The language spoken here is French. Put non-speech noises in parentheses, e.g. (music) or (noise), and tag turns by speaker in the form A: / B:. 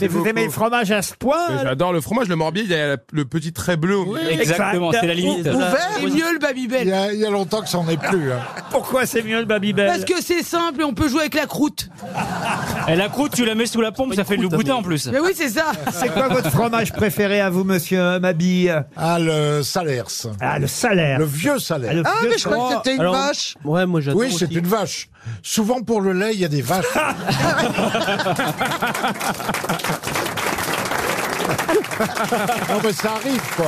A: Mais vous
B: beaucoup.
A: aimez le fromage à ce point
B: Mais J'adore le fromage, le morbier, il y a la- le petit trait bleu au milieu.
C: Exactement,
A: Exact.
C: c'est la limite.
D: Ouvert
E: C'est mieux le Babybel.
D: Il y, a, il y a longtemps que ça n'en est plus. hein.
A: Pourquoi c'est mieux le Babybel
E: Parce que c'est simple et on peut jouer avec la croûte.
C: Et la croûte, tu la mets sous la pompe, ça fait le boudin en plus.
E: Mais oui, c'est ça.
A: C'est quoi votre fromage préféré à vous, monsieur Mabille
D: Ah, le Salers.
A: Ah, le salaire.
D: Le vieux Salers. oh,
A: Ah, le vieux fromage.
F: c'était une vache. Ouais, moi j'adore.
D: Oui, c'est
F: aussi.
D: une vache. Souvent pour le lait, il y a des vaches.
F: (laughs)
D: non mais ça arrive quoi.